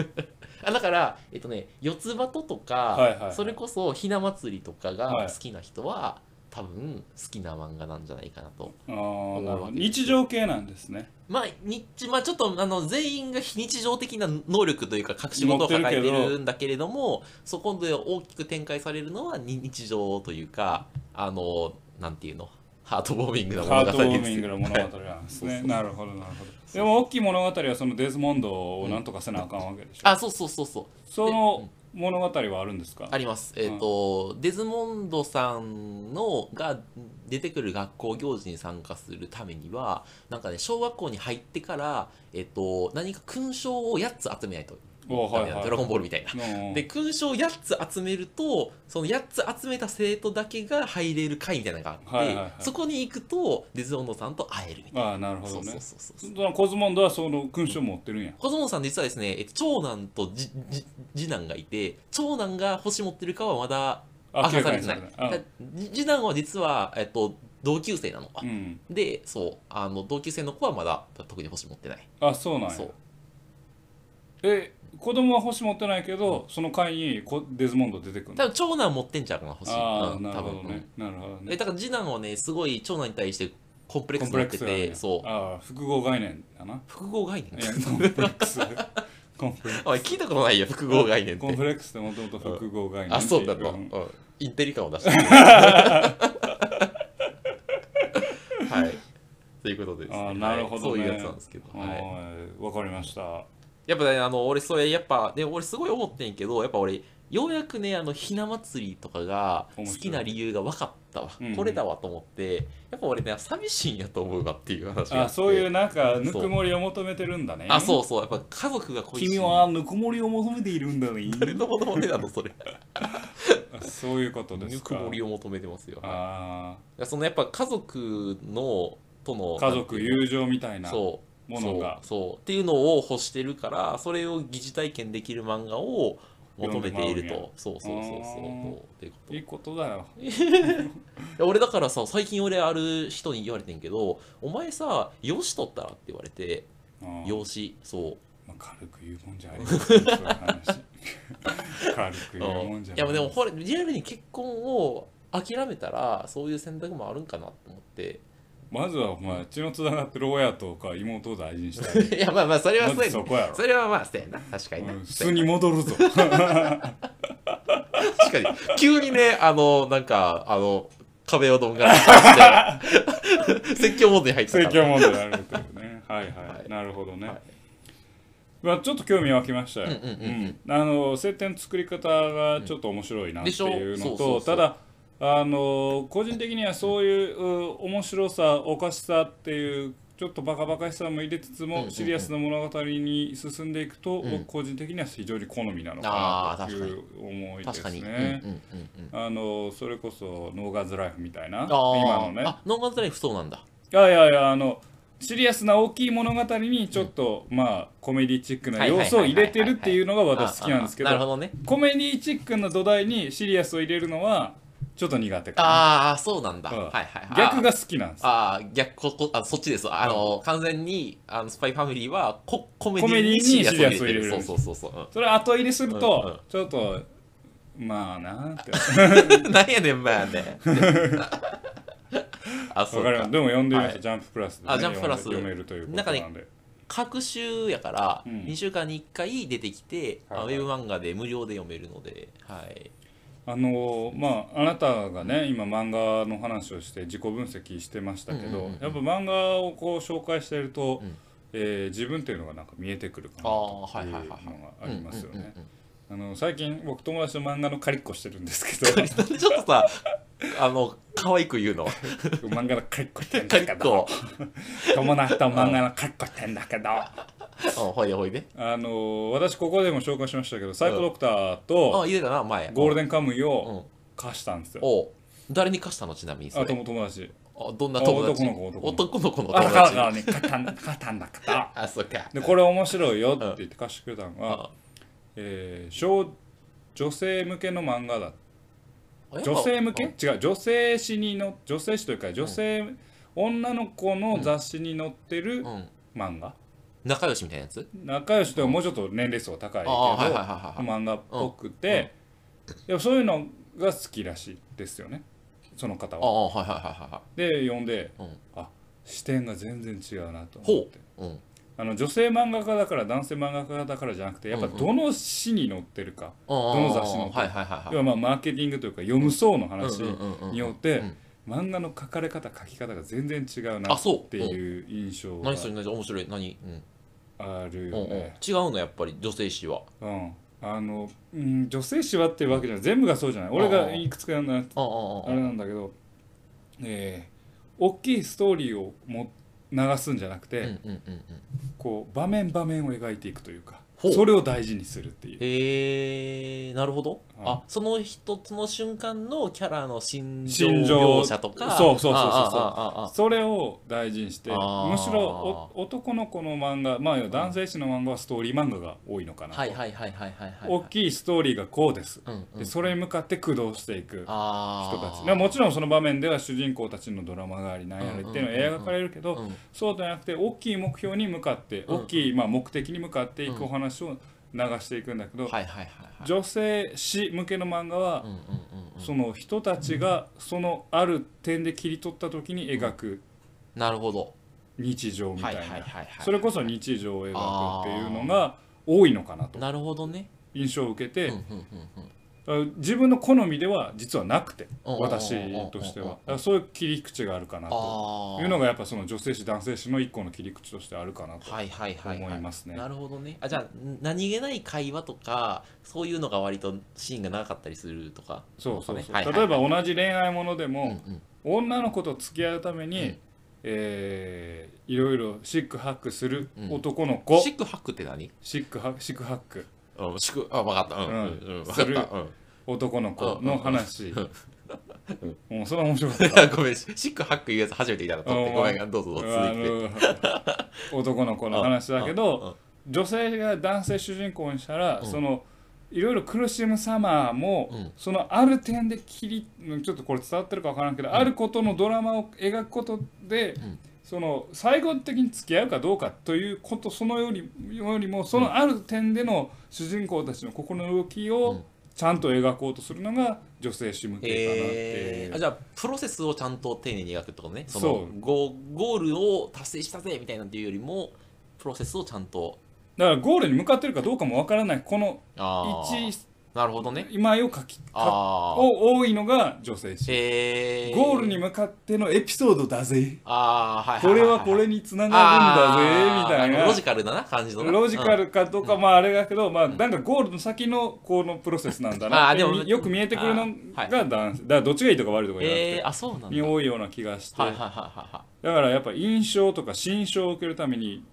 [SPEAKER 2] あだから、えっとね、四つ葉ととか、
[SPEAKER 1] はいはいはい
[SPEAKER 2] それこそひな祭りとか
[SPEAKER 1] は
[SPEAKER 2] が
[SPEAKER 1] い
[SPEAKER 2] 好きな人は、多分好きな漫画なんじゃないかなと。
[SPEAKER 1] あーなるほど日常系なんですね
[SPEAKER 2] まあ、日まあ、ちょっとあの全員が非日常的な能力というか隠し事を抱えて
[SPEAKER 1] 持ってるけ
[SPEAKER 2] る
[SPEAKER 1] ど
[SPEAKER 2] んだけれどもそこで大きく展開されるのはに日常というかあのなんていうのハートウォーミングな
[SPEAKER 1] ハ
[SPEAKER 2] 物
[SPEAKER 1] ート
[SPEAKER 2] 語
[SPEAKER 1] ウォー
[SPEAKER 2] で
[SPEAKER 1] ミ
[SPEAKER 2] す
[SPEAKER 1] ング
[SPEAKER 2] よ
[SPEAKER 1] の物語なんです
[SPEAKER 2] そう
[SPEAKER 1] ね
[SPEAKER 2] そう
[SPEAKER 1] なるほどなるほどでも大きい物語はそのデズモンドをなんとかせなあかんわけでしょ、
[SPEAKER 2] あそうそうそうそう
[SPEAKER 1] その物語はあるんですか
[SPEAKER 2] あります。えっ、と、デズモンドさんのが出てくる学校行事に参加するためには、なんかね、小学校に入ってから、えっ、と、何か勲章を8つ集めないと
[SPEAKER 1] お
[SPEAKER 2] ダ
[SPEAKER 1] はい
[SPEAKER 2] メな
[SPEAKER 1] は
[SPEAKER 2] の。
[SPEAKER 1] い
[SPEAKER 2] ドラゴンボールみたいな。
[SPEAKER 1] うん
[SPEAKER 2] で、勲章を8つ集めると、その8つ集めた生徒だけが入れる会みたいなのがあって、
[SPEAKER 1] はいはいはい
[SPEAKER 2] そこに行くと、デズモンドさんと会えるみたい
[SPEAKER 1] ああなる
[SPEAKER 2] な。
[SPEAKER 1] ほ
[SPEAKER 2] そ
[SPEAKER 1] ど
[SPEAKER 2] う
[SPEAKER 1] ね
[SPEAKER 2] そうそうそう。
[SPEAKER 1] そのコズモンドはその勲章持ってるんや
[SPEAKER 2] 子供さん実はですね、えっと長男とじじ次男がいて、長男が星持ってるかはまだ明かされてない。
[SPEAKER 1] あ
[SPEAKER 2] だじ次男は実は、えっと、同級生なの。
[SPEAKER 1] うん
[SPEAKER 2] で、そう、あの、同級生の子はまだ特に星持ってない。
[SPEAKER 1] あそうなんや
[SPEAKER 2] そう。
[SPEAKER 1] え子供は星持ってないけど、その会にこデズモンド出てくるの
[SPEAKER 2] 多分長男持ってんちゃうかな、星。
[SPEAKER 1] あ
[SPEAKER 2] う
[SPEAKER 1] あ
[SPEAKER 2] ん
[SPEAKER 1] なる
[SPEAKER 2] 多
[SPEAKER 1] ほ
[SPEAKER 2] 分
[SPEAKER 1] どね、なるほど
[SPEAKER 2] うんえ
[SPEAKER 1] ね
[SPEAKER 2] だから次男はね、すごい長男に対してコンプレッ
[SPEAKER 1] コン
[SPEAKER 2] クス
[SPEAKER 1] プ
[SPEAKER 2] 持
[SPEAKER 1] レッ
[SPEAKER 2] っ
[SPEAKER 1] ク
[SPEAKER 2] て
[SPEAKER 1] スなん
[SPEAKER 2] て、
[SPEAKER 1] や
[SPEAKER 2] そう。
[SPEAKER 1] ああ複合概念だな
[SPEAKER 2] 複合概念
[SPEAKER 1] いやコンプレックスコンプレックス
[SPEAKER 2] おい、聞いたことないよ、複合概念っ
[SPEAKER 1] コン
[SPEAKER 2] て。
[SPEAKER 1] プレックスってもともと複合概念
[SPEAKER 2] あ、そうだ
[SPEAKER 1] と
[SPEAKER 2] と。
[SPEAKER 1] う
[SPEAKER 2] うん
[SPEAKER 1] ん
[SPEAKER 2] インテリ感を出 してる。はい。ということでですね。
[SPEAKER 1] あなるほどね
[SPEAKER 2] はいそういうやつなんですけど。はい
[SPEAKER 1] はいわかりました
[SPEAKER 2] やっぱね、あの、俺、それ、やっぱ、ね、俺、すごい思ってんけど、やっぱ俺、ようやくね、あの、ひな祭りとかが好
[SPEAKER 1] 面白い
[SPEAKER 2] きな理由が分かったわ
[SPEAKER 1] うんう。ん
[SPEAKER 2] これだわと思って、やっぱ俺ね、寂しいんやと思うわっていう話があ
[SPEAKER 1] あ
[SPEAKER 2] って
[SPEAKER 1] そういうなんかぬくもりを求めてるんだね
[SPEAKER 2] あ、そうそう、やっぱ家族が恋しい。
[SPEAKER 1] 君はぬくもりを求めているんだね
[SPEAKER 2] 誰のものまねなの、それ。
[SPEAKER 1] あ そういうことで
[SPEAKER 2] ぬ
[SPEAKER 1] す
[SPEAKER 2] く
[SPEAKER 1] か
[SPEAKER 2] もりを求めてますよ。だか
[SPEAKER 1] あ
[SPEAKER 2] らそのやっぱ家族の、との。
[SPEAKER 1] あ家族
[SPEAKER 2] う
[SPEAKER 1] 友情みたいなも
[SPEAKER 2] そう。
[SPEAKER 1] のが
[SPEAKER 2] そうそうっていうのを欲してるからそれを疑似体験できる漫画を求めてい
[SPEAKER 1] 読
[SPEAKER 2] る
[SPEAKER 1] んでもらうんや
[SPEAKER 2] とそうそうそうそう
[SPEAKER 1] あー
[SPEAKER 2] そうっていうこと
[SPEAKER 1] いいことだよ
[SPEAKER 2] いや俺だからさ最近俺ある人に言われてんけど「お前さ養子取ったら?」って言われて
[SPEAKER 1] うん
[SPEAKER 2] 養子そう
[SPEAKER 1] まあ、軽く言うもんじゃありませんそういう話軽く言うもんじゃ
[SPEAKER 2] い
[SPEAKER 1] ない
[SPEAKER 2] やでもこれリアルに結婚を諦めたらそういう選択もあるんかなと思って
[SPEAKER 1] まずはお前血のつながってる親とか妹を大事にした い
[SPEAKER 2] いやまあまあそれは
[SPEAKER 1] ま
[SPEAKER 2] そ
[SPEAKER 1] ず
[SPEAKER 2] うや
[SPEAKER 1] そ
[SPEAKER 2] な
[SPEAKER 1] こやろ
[SPEAKER 2] それはまあそうやな確かにな、
[SPEAKER 1] うん素に戻るぞ
[SPEAKER 2] 確かに。急にね、あの、なんか、あの、壁をどんがらかして、 説教モードに入ってた
[SPEAKER 1] 成
[SPEAKER 2] から。
[SPEAKER 1] 長問題あるけどね はいはい、
[SPEAKER 2] はい
[SPEAKER 1] なるほどね、
[SPEAKER 2] はい
[SPEAKER 1] まあ、ちょっと興味湧きましたよ、
[SPEAKER 2] うんうんうん
[SPEAKER 1] うんあの晴天の作り方がちょっと面白いなっていう
[SPEAKER 2] うん
[SPEAKER 1] の
[SPEAKER 2] でしょそうそ
[SPEAKER 1] と
[SPEAKER 2] うそ
[SPEAKER 1] た
[SPEAKER 2] う
[SPEAKER 1] だあの個人的にはそういうう面白さおかしさっていうちょっとバカバカしさも入れつつ
[SPEAKER 2] うんうんう
[SPEAKER 1] も
[SPEAKER 2] ん
[SPEAKER 1] シリアスな物語に進んでいくと
[SPEAKER 2] うん
[SPEAKER 1] 僕個人的には非常に好みなのかなという思いで
[SPEAKER 2] 確か
[SPEAKER 1] す
[SPEAKER 2] に。うんうん
[SPEAKER 1] ね。
[SPEAKER 2] うんうん。
[SPEAKER 1] あのそれこそノーガンズライフみたいな今
[SPEAKER 2] あ
[SPEAKER 1] のね
[SPEAKER 2] あ、ノンガンズライフそうなんだ。
[SPEAKER 1] いやいやいやあのシリアスな大きい物語にちょっと、まあコメディチックな要素を入れてるっていうのが私好きなんですけど
[SPEAKER 2] あああなるほどね。
[SPEAKER 1] コメディチックな土台にシリアスを入れるのはちょっと苦手か
[SPEAKER 2] ああ、そうなんだ。
[SPEAKER 1] う
[SPEAKER 2] は
[SPEAKER 1] ん
[SPEAKER 2] いはいはい。
[SPEAKER 1] 逆が好きなんですよ
[SPEAKER 2] あー。あー逆ここあ、そっちです。あの、完全に、あの、スパイファミリーは、ココメディ
[SPEAKER 1] コメディにシリアスを入れる
[SPEAKER 2] そうそうそうそう。うん
[SPEAKER 1] それ後入れする
[SPEAKER 2] うんうん
[SPEAKER 1] とちょっとまあなーって
[SPEAKER 2] なんやねん、まあね。 あ、そ
[SPEAKER 1] わ
[SPEAKER 2] う
[SPEAKER 1] かりま
[SPEAKER 2] か
[SPEAKER 1] す。でも読んでみま
[SPEAKER 2] は
[SPEAKER 1] す
[SPEAKER 2] い
[SPEAKER 1] ジャンププラスでね
[SPEAKER 2] あジャンププラス
[SPEAKER 1] 読めるということなんで
[SPEAKER 2] 各週やから、
[SPEAKER 1] うん
[SPEAKER 2] 2週間に1回出てきて、あ
[SPEAKER 1] はいはい
[SPEAKER 2] ウェブ漫画で無料で読めるので、はい。
[SPEAKER 1] あのまああなたがね今漫画の話をして自己分析してましたけど、
[SPEAKER 2] うんうんうんうん
[SPEAKER 1] やっぱ漫画をこう紹介してると、
[SPEAKER 2] うん
[SPEAKER 1] えー自分っていうのがなんか見えてくるかな
[SPEAKER 2] ああ、
[SPEAKER 1] と
[SPEAKER 2] はいいうは
[SPEAKER 1] の
[SPEAKER 2] いはい
[SPEAKER 1] が
[SPEAKER 2] はい。
[SPEAKER 1] ありますよ
[SPEAKER 2] うんうんうん
[SPEAKER 1] ね
[SPEAKER 2] う。ん
[SPEAKER 1] あの最近僕友達と漫画のカリッコしてるんですけど
[SPEAKER 2] なんでちょっとさ、あの、可愛く言う の。
[SPEAKER 1] 漫画のカリッコしてるんだ
[SPEAKER 2] カリ
[SPEAKER 1] け
[SPEAKER 2] ッ
[SPEAKER 1] ど
[SPEAKER 2] コ。
[SPEAKER 1] 友達と漫画のカリッコしてんだけど
[SPEAKER 2] うん、ほいでほいで。
[SPEAKER 1] あの私ここでも紹介しましたけどサイコドクター
[SPEAKER 2] あ、
[SPEAKER 1] と
[SPEAKER 2] 言うたな、前。
[SPEAKER 1] ゴールデンカムイ
[SPEAKER 2] う
[SPEAKER 1] を
[SPEAKER 2] ん。
[SPEAKER 1] 貸したんですよ。
[SPEAKER 2] おう誰に貸したのちなみにそ
[SPEAKER 1] あと
[SPEAKER 2] れ。
[SPEAKER 1] も友達。
[SPEAKER 2] あどんな友
[SPEAKER 1] あ男
[SPEAKER 2] 達
[SPEAKER 1] の子男の子
[SPEAKER 2] 男の子の
[SPEAKER 1] あ
[SPEAKER 2] 友
[SPEAKER 1] らから
[SPEAKER 2] 達。
[SPEAKER 1] からね貸したん貸したんだけど。
[SPEAKER 2] あ、そっか。
[SPEAKER 1] でこれ面白いよって言って貸してくれたのが、
[SPEAKER 2] あ
[SPEAKER 1] えー小女性向けの漫画だ
[SPEAKER 2] やっぱ
[SPEAKER 1] 女性向け違う女性誌にの女性誌というか女性、女の子の雑誌に載ってる
[SPEAKER 2] うん。
[SPEAKER 1] 漫画、
[SPEAKER 2] 仲良しみたいなやつ
[SPEAKER 1] 仲良しとはもうちょっと年齢層高いけど、
[SPEAKER 2] ああ、はいはいはいはい。
[SPEAKER 1] 漫画っぽくて、でもそういうのが好きらしいですよねその方
[SPEAKER 2] あ
[SPEAKER 1] は。
[SPEAKER 2] あ、はいはいはいは
[SPEAKER 1] で読んで、
[SPEAKER 2] うん
[SPEAKER 1] あ視点が全然違うなと思っ
[SPEAKER 2] ほ
[SPEAKER 1] て。
[SPEAKER 2] いはい。うん。
[SPEAKER 1] あの女性漫画家だから男性漫画家だからじゃなくてやっぱ
[SPEAKER 2] うんうん
[SPEAKER 1] どの誌に載ってるか、
[SPEAKER 2] どの
[SPEAKER 1] の雑誌の
[SPEAKER 2] はいはいはい
[SPEAKER 1] 要
[SPEAKER 2] はい。
[SPEAKER 1] はまあマーケティングというか読む層の
[SPEAKER 2] うん
[SPEAKER 1] 話
[SPEAKER 2] うんうんうん
[SPEAKER 1] によって
[SPEAKER 2] うん
[SPEAKER 1] 漫画の書かれ方書き方が全然違うな
[SPEAKER 2] あ、
[SPEAKER 1] っ
[SPEAKER 2] そう。
[SPEAKER 1] て
[SPEAKER 2] うん。
[SPEAKER 1] いう印象が
[SPEAKER 2] 何それ何それ面白い。何うん。
[SPEAKER 1] ある
[SPEAKER 2] うん
[SPEAKER 1] よ
[SPEAKER 2] うん違う
[SPEAKER 1] ね。
[SPEAKER 2] のやっぱり女性誌は。
[SPEAKER 1] うんあのうん女性誌はっていうわけじゃない全部がそうじゃない俺がいくつかな
[SPEAKER 2] あああ
[SPEAKER 1] あれなんだけどえー大きいストーリーをも流すんじゃなく
[SPEAKER 2] あ。うんう
[SPEAKER 1] て
[SPEAKER 2] んうんうん。
[SPEAKER 1] こう場面場面を描いていくというか
[SPEAKER 2] ほう
[SPEAKER 1] それを大事にするっていう。
[SPEAKER 2] へえー、なるほど。
[SPEAKER 1] うん
[SPEAKER 2] あ、その一つの瞬間のキャラの心情
[SPEAKER 1] 心情
[SPEAKER 2] 描写とか。
[SPEAKER 1] そうそうそうそうそう
[SPEAKER 2] ああああああ
[SPEAKER 1] それを大事にして
[SPEAKER 2] あ
[SPEAKER 1] む
[SPEAKER 2] ー
[SPEAKER 1] しろお男の子の漫画まあ男性誌の漫画はストーリー漫画が多いのかなと、
[SPEAKER 2] はいはいはいはいはいはい。
[SPEAKER 1] 大きいストーリーがこうです、
[SPEAKER 2] うんうん
[SPEAKER 1] でそれに向かって駆動していく人た
[SPEAKER 2] あ
[SPEAKER 1] ち
[SPEAKER 2] ー
[SPEAKER 1] でもちろんその場面では主人公たちのドラマがあり何やらっていうのは描かれるけど、
[SPEAKER 2] うん
[SPEAKER 1] そうではなくて大きい目標に向かって
[SPEAKER 2] うんうん
[SPEAKER 1] 大きい、まあ、目的に向かってい
[SPEAKER 2] うん
[SPEAKER 1] くお話を流していくんだけど、
[SPEAKER 2] はいはいはいはい。
[SPEAKER 1] 女性誌向けの漫画は
[SPEAKER 2] うんうんうんうん
[SPEAKER 1] その人たちがそのある点で切り取った時に描く
[SPEAKER 2] なるほど。
[SPEAKER 1] 日常みた
[SPEAKER 2] はい
[SPEAKER 1] い
[SPEAKER 2] はいはい
[SPEAKER 1] な
[SPEAKER 2] はい。
[SPEAKER 1] それこそ日常を描くっていうのが多いのかなと
[SPEAKER 2] なるほどね。
[SPEAKER 1] 印象を受け
[SPEAKER 2] うん
[SPEAKER 1] て
[SPEAKER 2] うんうんうん。
[SPEAKER 1] あ自分の好みでは実はなくて
[SPEAKER 2] うんうんうんうん
[SPEAKER 1] 私としてはだからそういう切り口があるかなと
[SPEAKER 2] ああ。
[SPEAKER 1] いうのがやっぱその女性誌男性誌の一個の切り口としてあるかなと
[SPEAKER 2] はいはいはい、は
[SPEAKER 1] 思いますね
[SPEAKER 2] なるほどね。あじゃあん何気ない会話とかそういうのが割とシーンが長かったりするとか。
[SPEAKER 1] そうそうそう
[SPEAKER 2] はいはいはい
[SPEAKER 1] 例えば同じ恋愛もので
[SPEAKER 2] うんう
[SPEAKER 1] も
[SPEAKER 2] ん
[SPEAKER 1] 女の子と付き合うため
[SPEAKER 2] うん
[SPEAKER 1] にえーいろいろシックハックする
[SPEAKER 2] うん
[SPEAKER 1] 男の子
[SPEAKER 2] シックハックって何？
[SPEAKER 1] シックハックシックハック
[SPEAKER 2] うんシックあわかった。
[SPEAKER 1] う
[SPEAKER 2] うん
[SPEAKER 1] ん
[SPEAKER 2] うんうんわ
[SPEAKER 1] す
[SPEAKER 2] かっ
[SPEAKER 1] る
[SPEAKER 2] た。うん
[SPEAKER 1] 男の子の話
[SPEAKER 2] ん
[SPEAKER 1] もうそれは面白かった
[SPEAKER 2] いやごめんシシックハックいうやつ初めて言いたの。
[SPEAKER 1] うん
[SPEAKER 2] ごめんどうぞどうぞ続
[SPEAKER 1] あ
[SPEAKER 2] いて。
[SPEAKER 1] の男の子の話だけど女性が男性主人公にしたら、
[SPEAKER 2] うん
[SPEAKER 1] そのいろいろ苦しむ様も、
[SPEAKER 2] うん
[SPEAKER 1] そのある点で切りうんちょっとこれ伝わってるか分からんけど、
[SPEAKER 2] ん
[SPEAKER 1] あることのドラマを描くことで、
[SPEAKER 2] ん
[SPEAKER 1] その最後的に付き合うかどうかということそのよりよりもそのある点での主人公たちの心の動き
[SPEAKER 2] う
[SPEAKER 1] を
[SPEAKER 2] ん
[SPEAKER 1] ちゃんと描こうとするのが女性誌向けかなってい
[SPEAKER 2] え
[SPEAKER 1] う
[SPEAKER 2] ー、あじゃあプロセスをちゃんと丁寧に描くってことねそ
[SPEAKER 1] そ
[SPEAKER 2] の
[SPEAKER 1] う
[SPEAKER 2] ゴゴールを達成したぜみたいなんていうよりもプロセスをちゃんと
[SPEAKER 1] だからゴールに向かってるかどうかも分からないこの
[SPEAKER 2] あ
[SPEAKER 1] 一
[SPEAKER 2] ーなるほどね
[SPEAKER 1] 今絵を描きか
[SPEAKER 2] ああ
[SPEAKER 1] を多いのが女性誌、
[SPEAKER 2] えー、
[SPEAKER 1] ゴールに向かってのエピソードだぜ
[SPEAKER 2] ああはい
[SPEAKER 1] こ
[SPEAKER 2] い
[SPEAKER 1] れ
[SPEAKER 2] いい
[SPEAKER 1] はこれにつながるんだ
[SPEAKER 2] あー
[SPEAKER 1] ぜみたいな
[SPEAKER 2] ロジカルだな感じのな
[SPEAKER 1] ロジカ
[SPEAKER 2] うん
[SPEAKER 1] ルかどうかまああれだけどまあなんかゴールの先のこのプロセスなんだな
[SPEAKER 2] あー
[SPEAKER 1] って
[SPEAKER 2] でも
[SPEAKER 1] よく見えてくるの
[SPEAKER 2] あー
[SPEAKER 1] が男性だからどっちがいいとか悪いとかじゃなく
[SPEAKER 2] え
[SPEAKER 1] て
[SPEAKER 2] ー、あそうなんだ
[SPEAKER 1] に多いような気がして
[SPEAKER 2] はいはい
[SPEAKER 1] だ
[SPEAKER 2] はいはいは
[SPEAKER 1] からやっぱ印象とか心象を受けるために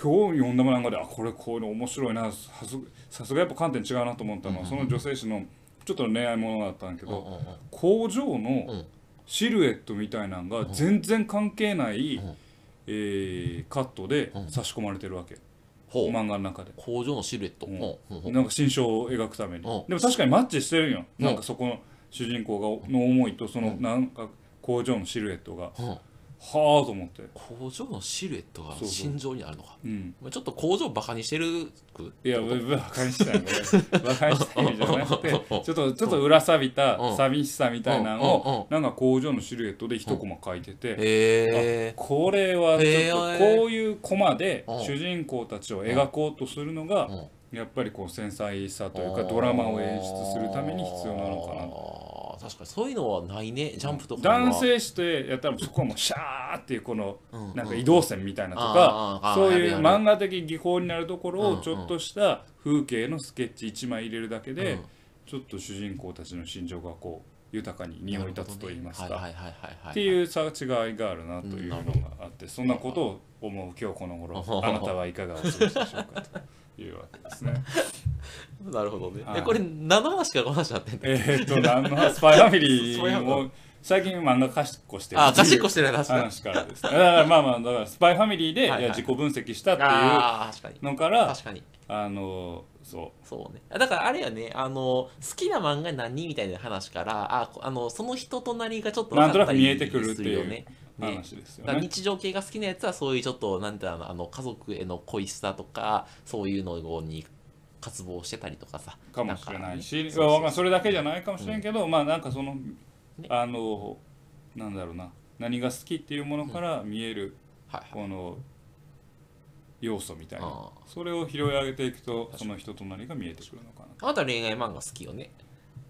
[SPEAKER 1] 今日読んだ漫画であこれこういうの面白いなさすさすがやっぱ観点違うなと思ったのはその女性誌のちょっと恋愛ものだったんだけ
[SPEAKER 2] いうん
[SPEAKER 1] ど
[SPEAKER 2] うんうん
[SPEAKER 1] 工場
[SPEAKER 2] う
[SPEAKER 1] の
[SPEAKER 2] ん
[SPEAKER 1] シルエットみたいなのが全然関係ない、
[SPEAKER 2] うん
[SPEAKER 1] えーカットで
[SPEAKER 2] うん
[SPEAKER 1] 差し込まれてるわけ、
[SPEAKER 2] ほう、
[SPEAKER 1] 漫画の中で
[SPEAKER 2] 工場のシルエット、
[SPEAKER 1] うん
[SPEAKER 2] ほうほうほう
[SPEAKER 1] なんか心象を描くために、
[SPEAKER 2] うん
[SPEAKER 1] でも確かにマッチしてるんよ、
[SPEAKER 2] うん
[SPEAKER 1] なんかそこの主人公がの思いとその
[SPEAKER 2] うん
[SPEAKER 1] なんか工場のシルエットが、
[SPEAKER 2] うん
[SPEAKER 1] はあと思って、
[SPEAKER 2] 工場のシルエットが
[SPEAKER 1] そうそう
[SPEAKER 2] 心情にあるのか
[SPEAKER 1] うん、
[SPEAKER 2] ちょっと工場をバカにしてるく
[SPEAKER 1] いやバカにした い俺バカにしたいじゃなくて
[SPEAKER 2] う
[SPEAKER 1] ち
[SPEAKER 2] んうんうん
[SPEAKER 1] ょっとちょっと裏錆びた
[SPEAKER 2] うん
[SPEAKER 1] 寂しさみたいなのをなんか工場のシルエットで一コマ書いてて、
[SPEAKER 2] へえ
[SPEAKER 1] これはちょっとこういうコマで
[SPEAKER 2] うん
[SPEAKER 1] 主人公たちを描こうとするのが
[SPEAKER 2] うん
[SPEAKER 1] やっぱりこう繊細さというかドラマを演出するために必要なの
[SPEAKER 2] のかな確かにそういうのはないねジャンプと
[SPEAKER 1] か
[SPEAKER 2] か
[SPEAKER 1] な
[SPEAKER 2] には
[SPEAKER 1] 男性してやったらそこはもうシャーっていうこの
[SPEAKER 2] うんうん
[SPEAKER 1] なんか移動線みたいなと
[SPEAKER 2] うん
[SPEAKER 1] か
[SPEAKER 2] あーあー
[SPEAKER 1] そうい
[SPEAKER 2] あ
[SPEAKER 1] う
[SPEAKER 2] るある
[SPEAKER 1] 漫画的技法になるところ
[SPEAKER 2] うん
[SPEAKER 1] を
[SPEAKER 2] うん
[SPEAKER 1] ちょっとした風景のスケッチ1枚入れるだけ
[SPEAKER 2] う
[SPEAKER 1] で
[SPEAKER 2] ん
[SPEAKER 1] ちょっと主人公たちの心情がこう豊かに匂い立つと言います
[SPEAKER 2] な
[SPEAKER 1] か
[SPEAKER 2] るほどねはいはいはいはいはい
[SPEAKER 1] っていう差違いがあるなというのがあってそんなことを思う今日この頃
[SPEAKER 2] うん
[SPEAKER 1] あなたはいかがお過ごしでしょうかというわけですね。
[SPEAKER 2] なるほどね、
[SPEAKER 1] はい
[SPEAKER 2] えこれ何の話からこの話になってんの
[SPEAKER 1] えっと何のスパイファミリーも最近漫画かしっこしてる
[SPEAKER 2] あ
[SPEAKER 1] って
[SPEAKER 2] ガシ
[SPEAKER 1] い
[SPEAKER 2] ッ
[SPEAKER 1] う
[SPEAKER 2] こしてる話だ
[SPEAKER 1] 話からですね。だからまあまあだからスパイファミリーでい
[SPEAKER 2] はいはい
[SPEAKER 1] や自己分析したってい
[SPEAKER 2] ああ確かに
[SPEAKER 1] うのから
[SPEAKER 2] 確かに
[SPEAKER 1] あのそ
[SPEAKER 2] そうねだからあれやねあの好きな漫画何みたいな話からあこあのその人となりがちょっと分かったり
[SPEAKER 1] なんとなく見えてくるっていう
[SPEAKER 2] すよね
[SPEAKER 1] う
[SPEAKER 2] ね
[SPEAKER 1] 話ですよ
[SPEAKER 2] だから
[SPEAKER 1] ね。
[SPEAKER 2] 日常系が好きなやつはそういうちょっとなんていうのあの家族への恋しさとかそういうのに渇望してたりとかさ
[SPEAKER 1] かもしれないし
[SPEAKER 2] んかね
[SPEAKER 1] まあまあそれだけじゃないかもしれんけどまあなんかそのあのなんだろうな何が好きっていうものから見える
[SPEAKER 2] はい
[SPEAKER 1] この要素みたい
[SPEAKER 2] あ
[SPEAKER 1] な
[SPEAKER 2] ー
[SPEAKER 1] それを拾い上げていくとその人となりが見えてくるのかな
[SPEAKER 2] あなた恋愛漫画好きよね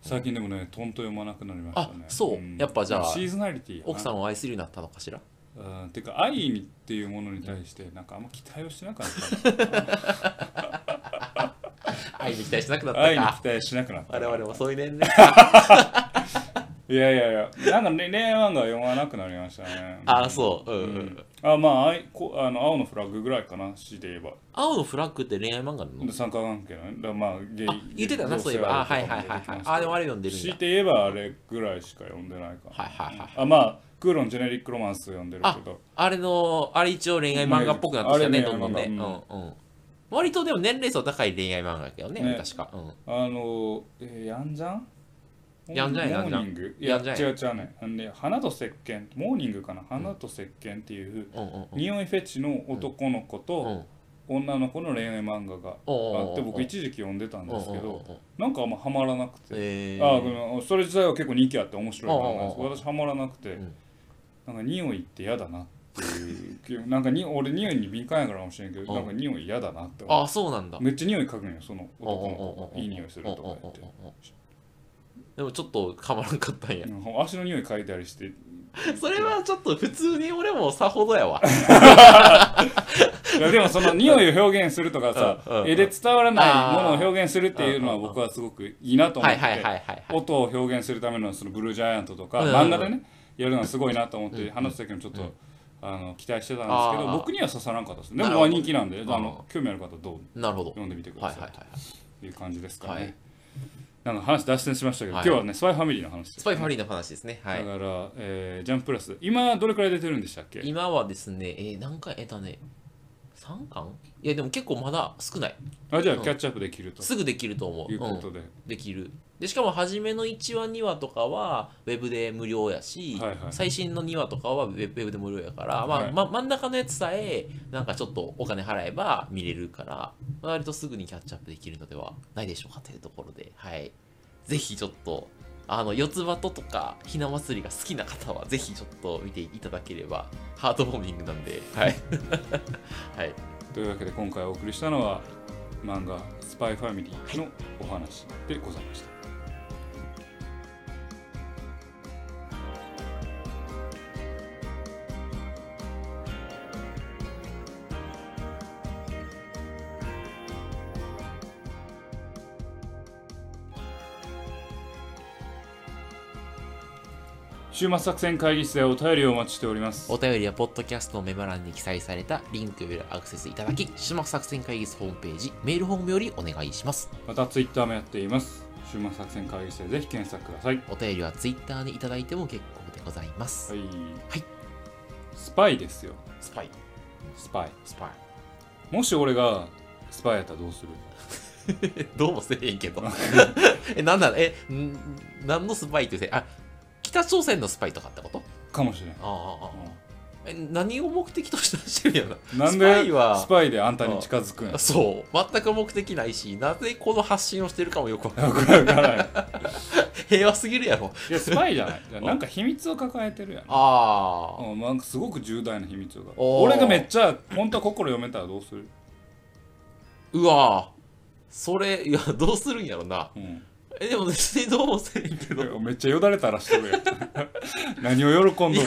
[SPEAKER 1] 最近でもねとんと読まなくなりましたね
[SPEAKER 2] あそうんやっぱじゃあ
[SPEAKER 1] シーズナリティやな
[SPEAKER 2] 奥さんを愛するようになったのかしら
[SPEAKER 1] うんてか愛にっていうものに対してなんかあんま期待をしてなかった
[SPEAKER 2] 愛に期待しなくなっ
[SPEAKER 1] な愛
[SPEAKER 2] た
[SPEAKER 1] に
[SPEAKER 2] か
[SPEAKER 1] 期待しなくなった
[SPEAKER 2] 我
[SPEAKER 1] な
[SPEAKER 2] 々もそういう年齢
[SPEAKER 1] いやいやいやなんかね恋愛漫画は読まなくなりましたね
[SPEAKER 2] ああそううん
[SPEAKER 1] う
[SPEAKER 2] うん、
[SPEAKER 1] んあまああいこあの青のフラッグぐらいかな詩で言えば
[SPEAKER 2] 青のフラッグって恋愛漫画なの
[SPEAKER 1] 三角関係のねだからまあゲイ
[SPEAKER 2] あ言ってたな
[SPEAKER 1] 同
[SPEAKER 2] そうい
[SPEAKER 1] 性
[SPEAKER 2] えばあは
[SPEAKER 1] 愛
[SPEAKER 2] い
[SPEAKER 1] とか
[SPEAKER 2] は
[SPEAKER 1] も
[SPEAKER 2] いはい
[SPEAKER 1] 出てきま
[SPEAKER 2] はい
[SPEAKER 1] すけど
[SPEAKER 2] あでもあれ読んでるん
[SPEAKER 1] 強い
[SPEAKER 2] だ
[SPEAKER 1] て言えばあれぐらいしか読んでないかな
[SPEAKER 2] はいはいはい
[SPEAKER 1] あまあクーロンジェネリックロマンス読んでるけど
[SPEAKER 2] あれのあれ一応恋愛漫画っぽくなってきたね
[SPEAKER 1] あれね
[SPEAKER 2] どんどんね
[SPEAKER 1] あ
[SPEAKER 2] う
[SPEAKER 1] れ
[SPEAKER 2] ん
[SPEAKER 1] ね
[SPEAKER 2] うん割とでも年齢層高い恋愛漫画だけどね
[SPEAKER 1] ね
[SPEAKER 2] 確かうん
[SPEAKER 1] あの、えー、ヤンジャン
[SPEAKER 2] ヤンジャンや
[SPEAKER 1] モーニングい
[SPEAKER 2] ヤ
[SPEAKER 1] や
[SPEAKER 2] ンジャン
[SPEAKER 1] 違う違うねあのね花と石鹸モーニングかな花と石鹸っていう、
[SPEAKER 2] うんうんうん
[SPEAKER 1] 匂いフェチの男の子
[SPEAKER 2] う
[SPEAKER 1] と
[SPEAKER 2] ん
[SPEAKER 1] 女の子の恋愛漫画があって僕
[SPEAKER 2] うん
[SPEAKER 1] 一時期読んでたんですけ
[SPEAKER 2] うんうん
[SPEAKER 1] ど
[SPEAKER 2] うんうん
[SPEAKER 1] なんかあんまハマらなくて
[SPEAKER 2] えー
[SPEAKER 1] あごめんそれ自体は結構人気あって面白い漫画なんですけ
[SPEAKER 2] ああ
[SPEAKER 1] ど私ハマらなくて、
[SPEAKER 2] うん
[SPEAKER 1] なんか匂いって嫌だなっていう 気分なんかに俺匂いに敏感やからかもしれんけど
[SPEAKER 2] ああ
[SPEAKER 1] なんか匂い嫌だなって思う
[SPEAKER 2] あそうなんだ
[SPEAKER 1] めっちゃ匂い嗅ぐんよその男の
[SPEAKER 2] うんうんうん
[SPEAKER 1] 子
[SPEAKER 2] うん
[SPEAKER 1] がいい匂いするとか言って
[SPEAKER 2] うんうんうんうんでもちょっとかまらんかったんや
[SPEAKER 1] うん足の匂い嗅いだりして
[SPEAKER 2] それはちょっと普通に俺もさほどやわ
[SPEAKER 1] いやでもその匂いを表現するとか
[SPEAKER 2] うんうん
[SPEAKER 1] さ
[SPEAKER 2] うん
[SPEAKER 1] 絵で伝わらないものを表現するっていうのは僕はすごくいいなと思
[SPEAKER 2] は
[SPEAKER 1] っ
[SPEAKER 2] いはいはい
[SPEAKER 1] て
[SPEAKER 2] はいはい
[SPEAKER 1] 音を表現するためのそのブルージャイアントとか
[SPEAKER 2] うんうんうん
[SPEAKER 1] 漫画でねやるのはすごいなと思っ
[SPEAKER 2] うんう
[SPEAKER 1] て
[SPEAKER 2] ん
[SPEAKER 1] 話す時もちょっ
[SPEAKER 2] うん
[SPEAKER 1] とあの期待してたんですけ
[SPEAKER 2] あー
[SPEAKER 1] ど僕には刺さらんかったですで
[SPEAKER 2] な
[SPEAKER 1] も
[SPEAKER 2] る
[SPEAKER 1] ま
[SPEAKER 2] ほど
[SPEAKER 1] あ人気なんであ
[SPEAKER 2] うん
[SPEAKER 1] の興味ある方はどう
[SPEAKER 2] なるほど
[SPEAKER 1] 読んでみてく
[SPEAKER 2] は
[SPEAKER 1] だ
[SPEAKER 2] いはい
[SPEAKER 1] さ
[SPEAKER 2] はいいはい
[SPEAKER 1] という感じですか
[SPEAKER 2] は
[SPEAKER 1] ね
[SPEAKER 2] い
[SPEAKER 1] なんか話脱線しましたけど
[SPEAKER 2] は
[SPEAKER 1] 今
[SPEAKER 2] い
[SPEAKER 1] 日はねスパイファミリーの話です
[SPEAKER 2] スパイファミリーの話ですねはい
[SPEAKER 1] だから、えージャンププラス、今どれくらい出てるんでしたっけ
[SPEAKER 2] 今はですね、えー、何回、えっとね、3巻いや、でも結構まだ少ない。
[SPEAKER 1] あじゃあ
[SPEAKER 2] うん
[SPEAKER 1] キャッチアップできると
[SPEAKER 2] すぐできると思う。
[SPEAKER 1] いうこ
[SPEAKER 2] う
[SPEAKER 1] と
[SPEAKER 2] ん、
[SPEAKER 1] で、
[SPEAKER 2] できる。で、しかも初めの1話、2話とかは、ウェブで無料やし、
[SPEAKER 1] はいはい
[SPEAKER 2] 最新の2話とかはウェブウェブで無料やから、まあ
[SPEAKER 1] はい
[SPEAKER 2] ま、真ん中のやつさえ、なんかちょっとお金払えば見れるから、割とすぐにキャッチアップできるのではないでしょうかというところで、はい。ぜひちょっと、あの四つ葉ととかひな祭りが好きな方はぜひちょっと見ていただければハートウォーミングなんで、はい、 はい、
[SPEAKER 1] というわけで今回お送りしたのは漫画「スパイファミリー」のお話でございました。週末作戦会議室でお便りをお待ちしております。
[SPEAKER 2] お便りはポッドキャストのメモ欄に記載されたリンクよりアクセスいただき種目作戦会議室ホームページメールホームよりお願いします
[SPEAKER 1] またツイッターもやっています。週末作戦会議室でぜひ検索ください。
[SPEAKER 2] お便りはツイッターにいただいても結構でございます、
[SPEAKER 1] はい。
[SPEAKER 2] はい
[SPEAKER 1] スパイですよ。
[SPEAKER 2] スパイ
[SPEAKER 1] スパイ。
[SPEAKER 2] スパ
[SPEAKER 1] もし俺がスパイやったらどうする
[SPEAKER 2] イ どうもせえへん けどえなんなのえん何のスパイって言うてあ北朝鮮のスパイとかってこと
[SPEAKER 1] かもしれん。
[SPEAKER 2] ああああああ
[SPEAKER 1] うん
[SPEAKER 2] え何を目的としてしてるんやな
[SPEAKER 1] なんで
[SPEAKER 2] スパイは
[SPEAKER 1] スパイであんたに近づくんや
[SPEAKER 2] そう全く目的ないしなぜこの発信をしてるかもよくわかんな
[SPEAKER 1] わ
[SPEAKER 2] い
[SPEAKER 1] から ない
[SPEAKER 2] 平和すぎるやろ
[SPEAKER 1] いやスパイじゃないいやなんか秘密を抱えてるやん
[SPEAKER 2] ああ
[SPEAKER 1] うんなんかすごく重大な秘密を抱えてる
[SPEAKER 2] おー
[SPEAKER 1] 俺がめっちゃ本当は心読めたらどうする、
[SPEAKER 2] うわーそれいやどうするんやろな
[SPEAKER 1] うん、
[SPEAKER 2] えでも別にどうもせんけど
[SPEAKER 1] めっちゃよだれたらしてるやん 何を喜ん どる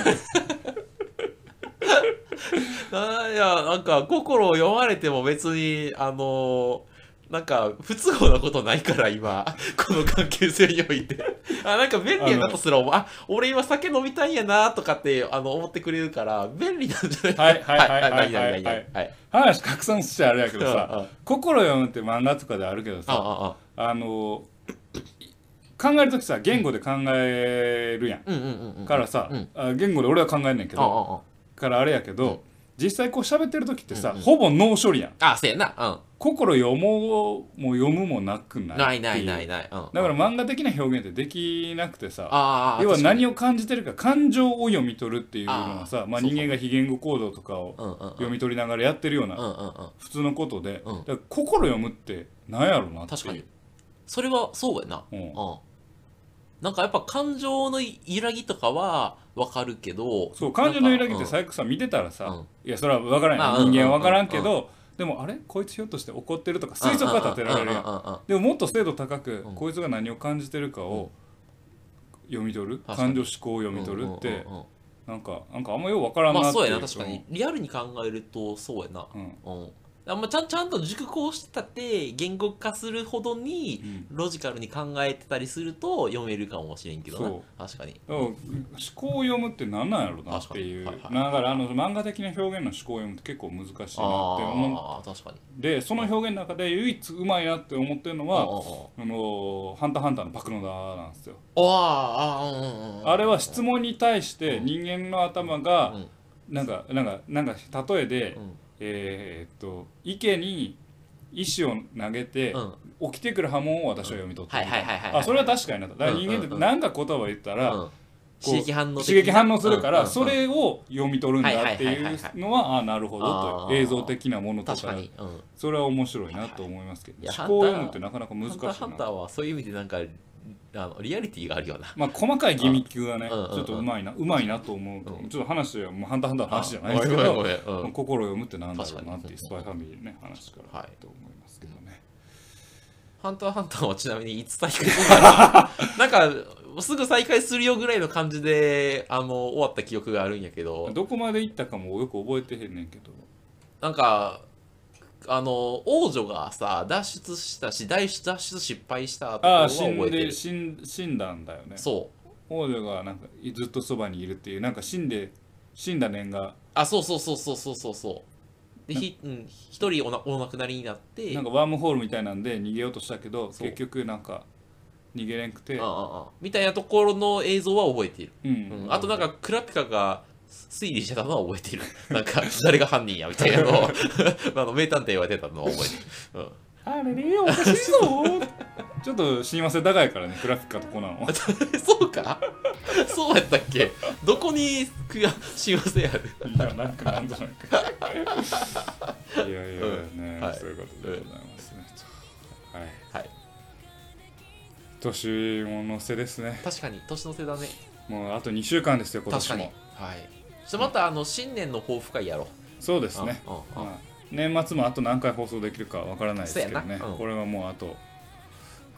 [SPEAKER 2] あいやなんか心を読まれても別にあのーなんか不都合なことないから今 この関係性においてあなんか便利やなとすら思うあ俺今酒飲みたいんやなとかってあの思ってくれるから便利なんじゃな
[SPEAKER 1] は
[SPEAKER 2] い
[SPEAKER 1] いはいはいはいはい
[SPEAKER 2] はいはいはい
[SPEAKER 1] 話拡散しちゃあれやけど
[SPEAKER 2] うんう
[SPEAKER 1] さ
[SPEAKER 2] ん
[SPEAKER 1] 「心読む」って漫画とかであるけど
[SPEAKER 2] あ
[SPEAKER 1] さ
[SPEAKER 2] ああ
[SPEAKER 1] あの考える時さ言語で考えるやん、
[SPEAKER 2] うんうんうんうん
[SPEAKER 1] からさ、
[SPEAKER 2] うん
[SPEAKER 1] あ言語で俺は考えんねんけ
[SPEAKER 2] あ
[SPEAKER 1] ど、
[SPEAKER 2] あ
[SPEAKER 1] からあれやけど、実際こう喋ってる時ってさ、
[SPEAKER 2] うんうん
[SPEAKER 1] ほぼ脳処理やん
[SPEAKER 2] ああせやなう
[SPEAKER 1] 心読もうも読むもなくない
[SPEAKER 2] んないない
[SPEAKER 1] っ
[SPEAKER 2] な
[SPEAKER 1] て
[SPEAKER 2] いないう
[SPEAKER 1] だか
[SPEAKER 2] ん
[SPEAKER 1] ら漫画的な表現ってできなくてさ
[SPEAKER 2] ああ
[SPEAKER 1] 要は何
[SPEAKER 2] を
[SPEAKER 1] を感じてるか感情を読み取るっていうのはさ
[SPEAKER 2] あー
[SPEAKER 1] まあ、
[SPEAKER 2] そうか
[SPEAKER 1] 人間が非言語行動とかを
[SPEAKER 2] うんうんうん
[SPEAKER 1] 読み取りながらやってるよう
[SPEAKER 2] うん
[SPEAKER 1] な
[SPEAKER 2] うんうん
[SPEAKER 1] 普通のことで、
[SPEAKER 2] うん
[SPEAKER 1] だから心読むって何やろなっていう
[SPEAKER 2] 確かにそれはそうやな
[SPEAKER 1] うん
[SPEAKER 2] うん、なんかやっぱ感情の揺らぎとかはわかるけど
[SPEAKER 1] そう感情の揺らぎっ
[SPEAKER 2] なん
[SPEAKER 1] て
[SPEAKER 2] か
[SPEAKER 1] 最悪さ見てたらさ、
[SPEAKER 2] うん
[SPEAKER 1] いやそれは分からんよ、
[SPEAKER 2] まあうん
[SPEAKER 1] 人間は分からんけど、でもあれこいつひょっとして怒ってるとか推測が立てられるやん、
[SPEAKER 2] うんうんうんうんうん
[SPEAKER 1] でももっと精度高く、
[SPEAKER 2] うん
[SPEAKER 1] こいつが何を感じてるかを読み取る、
[SPEAKER 2] 確かに
[SPEAKER 1] 感情思考を読み取るって、
[SPEAKER 2] うんうんうん
[SPEAKER 1] なんかなんかあんまよう分から
[SPEAKER 2] うん
[SPEAKER 1] な
[SPEAKER 2] んまあ
[SPEAKER 1] ってい
[SPEAKER 2] そううやな確かに、リアルに考えるとそうやな
[SPEAKER 1] うん
[SPEAKER 2] うんあんまちゃんちゃんと熟考してたって言語化するほどに
[SPEAKER 1] うん
[SPEAKER 2] ロジカルに考えてたりすると読めるかもしれんけどな
[SPEAKER 1] そう
[SPEAKER 2] 確かに
[SPEAKER 1] だから思考を読むって何なんやろうなっていう、
[SPEAKER 2] 確かにはい
[SPEAKER 1] だからあの漫画的な表現の思考を読むって結構難しいなって思
[SPEAKER 2] ああ確かに
[SPEAKER 1] うでその表現の中で唯一うまいなって思ってるの
[SPEAKER 2] あ
[SPEAKER 1] はあのハンターハンターのパクノダなんですよ。
[SPEAKER 2] ああーうんうんうん
[SPEAKER 1] あれは質問に対して人間の頭が
[SPEAKER 2] うん
[SPEAKER 1] なんかなんかなんか例えで、
[SPEAKER 2] うん
[SPEAKER 1] えーっと池に石を投げて、
[SPEAKER 2] うん
[SPEAKER 1] 起きてくる波紋を私は読み取ってる
[SPEAKER 2] はいはいはいはいはい
[SPEAKER 1] あそれは確かになとだから人間って何か言葉を言ったら、
[SPEAKER 2] う
[SPEAKER 1] こ
[SPEAKER 2] ん
[SPEAKER 1] う
[SPEAKER 2] 刺激反応的な
[SPEAKER 1] 刺激反応するから、
[SPEAKER 2] うんうんうん
[SPEAKER 1] それを読み取るんだって
[SPEAKER 2] はいはい
[SPEAKER 1] い
[SPEAKER 2] はいは
[SPEAKER 1] う
[SPEAKER 2] いはい
[SPEAKER 1] のはああなるほど
[SPEAKER 2] あ
[SPEAKER 1] と
[SPEAKER 2] ー
[SPEAKER 1] 映像的なものと
[SPEAKER 2] 確
[SPEAKER 1] か
[SPEAKER 2] かにうん
[SPEAKER 1] それは面白いなと思いますけ
[SPEAKER 2] い
[SPEAKER 1] ど
[SPEAKER 2] や
[SPEAKER 1] 思考を読むってなかなか難し
[SPEAKER 2] ハン
[SPEAKER 1] い
[SPEAKER 2] ター
[SPEAKER 1] な
[SPEAKER 2] ハンターはそういう意味でなんかあのリアリティがあるような。
[SPEAKER 1] まあ細かいギミックがね、ち
[SPEAKER 2] うんうん
[SPEAKER 1] ょっとうまいな、うまいなと思うけど。
[SPEAKER 2] うん
[SPEAKER 1] ちょっと話はもうハンターハンターの話じゃない
[SPEAKER 2] あ
[SPEAKER 1] ですけ
[SPEAKER 2] ご
[SPEAKER 1] ど、
[SPEAKER 2] めんごめんご
[SPEAKER 1] ま
[SPEAKER 2] め
[SPEAKER 1] あ
[SPEAKER 2] ん
[SPEAKER 1] 心を読むってなんだろうなっていうス
[SPEAKER 2] 確
[SPEAKER 1] パ
[SPEAKER 2] か
[SPEAKER 1] イ
[SPEAKER 2] に
[SPEAKER 1] ファミリーのね話から
[SPEAKER 2] はい
[SPEAKER 1] と思いますけどね。
[SPEAKER 2] ハンターハンターはちなみにいつ再開するのかな なんかすぐ再開するよぐらいの感じであの終わった記憶があるんやけど
[SPEAKER 1] どこまで行ったかもよく覚えてへんねんけど、
[SPEAKER 2] なんかあの王女がさ脱出したし脱出脱出失敗したところ
[SPEAKER 1] あ
[SPEAKER 2] は
[SPEAKER 1] あ死ん
[SPEAKER 2] 覚えて
[SPEAKER 1] で
[SPEAKER 2] る
[SPEAKER 1] 死ん死んだんだよね。
[SPEAKER 2] そう
[SPEAKER 1] 王女がなんかずっとそばにいるっていうなんか死んで死んだ年が
[SPEAKER 2] あそうそうそうそうそうそうそうでひうん一人おなお亡くなりになって
[SPEAKER 1] なんかワームホールみたいなんで逃げようとしたけど
[SPEAKER 2] そう
[SPEAKER 1] 結局なんか逃げれんくて、
[SPEAKER 2] あああみたいなところの映像は覚えている
[SPEAKER 1] うん
[SPEAKER 2] うんあとなんかクラピカが推理してたのは覚えてる。 なんか誰が犯人やみたいなのを あの名探偵は出たのは覚えてる。
[SPEAKER 1] あれれよ、おかしいぞ ちょっと親和性高いからね、グラフィッカとコナンは。
[SPEAKER 2] うん、 そうかそうやったっけどこに悔しませある
[SPEAKER 1] いや、なんかなんとなく。いやいやね、
[SPEAKER 2] うんはい
[SPEAKER 1] そういうことでございますね。はい。
[SPEAKER 2] はい。
[SPEAKER 1] 年もの瀬ですね。
[SPEAKER 2] 確かに年の瀬だね。
[SPEAKER 1] もうあと2週間ですよ、今
[SPEAKER 2] 確
[SPEAKER 1] 年
[SPEAKER 2] かに。は
[SPEAKER 1] も
[SPEAKER 2] い。。ちょっとまたあの新年の抱負会やろう。
[SPEAKER 1] そうですね。
[SPEAKER 2] うんうんうん
[SPEAKER 1] まあ年末もあと何回放送できるかわからないですけど
[SPEAKER 2] そう
[SPEAKER 1] ね
[SPEAKER 2] やなう。ん
[SPEAKER 1] これはもうあと、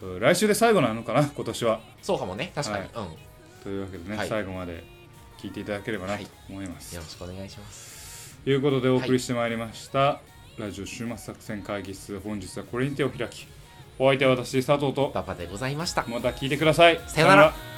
[SPEAKER 1] うん来週で最後なのかな、今年は。
[SPEAKER 2] そうかもね。確かに、
[SPEAKER 1] はい
[SPEAKER 2] うん。よ
[SPEAKER 1] というわけで
[SPEAKER 2] は
[SPEAKER 1] ね、
[SPEAKER 2] い
[SPEAKER 1] 最後まで聞いていただければなと思います。
[SPEAKER 2] ろしくお願いします。
[SPEAKER 1] ということでお送りしてまいりました、ラジオ週末作戦会議室本日はこれに手を開きお相手は私佐藤と
[SPEAKER 2] パパでございました。
[SPEAKER 1] また聞いてください
[SPEAKER 2] さよなら